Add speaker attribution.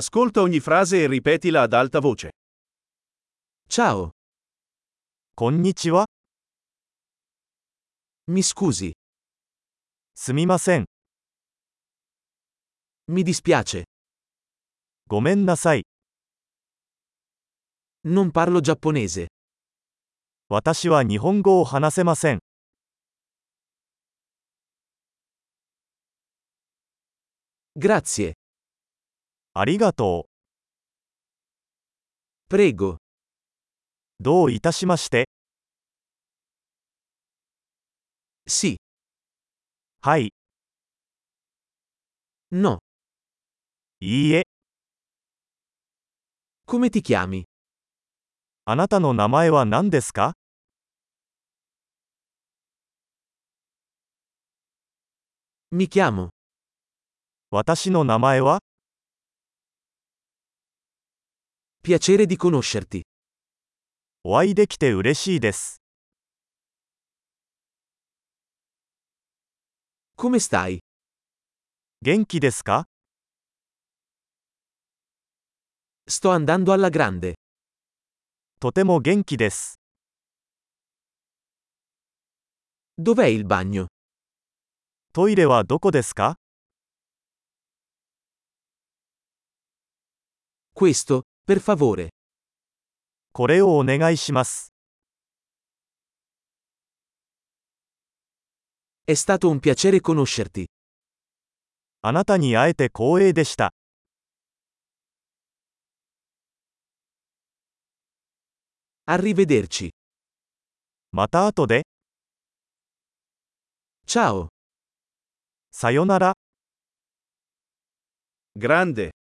Speaker 1: Ascolta ogni frase e ripetila ad alta voce.
Speaker 2: Ciao,
Speaker 3: こんにちは。
Speaker 2: mi scusi,
Speaker 3: すみません。
Speaker 2: mi dispiace,
Speaker 3: ごめんなさい。
Speaker 2: non parlo giapponese.
Speaker 3: 私は日本語を話せません。
Speaker 2: Grazie,
Speaker 3: ありがと
Speaker 2: prego,
Speaker 3: う。どういたしまして。
Speaker 2: sì,
Speaker 3: はい、
Speaker 2: no,
Speaker 3: いいえ。
Speaker 2: come ti chiami?
Speaker 3: あなたの名前は何ですか
Speaker 2: Mi chiamo,
Speaker 3: 私の名前は
Speaker 2: piacere di conoscerti.
Speaker 3: お会いできて嬉しいです。
Speaker 2: Come stai?
Speaker 3: 元気ですか
Speaker 2: Sto andando alla grande.
Speaker 3: とても元気です。
Speaker 2: Dov'è il bagno?
Speaker 3: トイレはどこですか
Speaker 2: Questo, per favore.
Speaker 3: これをお願いします。
Speaker 2: È stato un piacere conoscerti.
Speaker 3: あなたに会えて光栄でした。
Speaker 2: Arrivederci.
Speaker 3: また後で、
Speaker 2: Ciao.
Speaker 3: さよなら。
Speaker 1: Grande,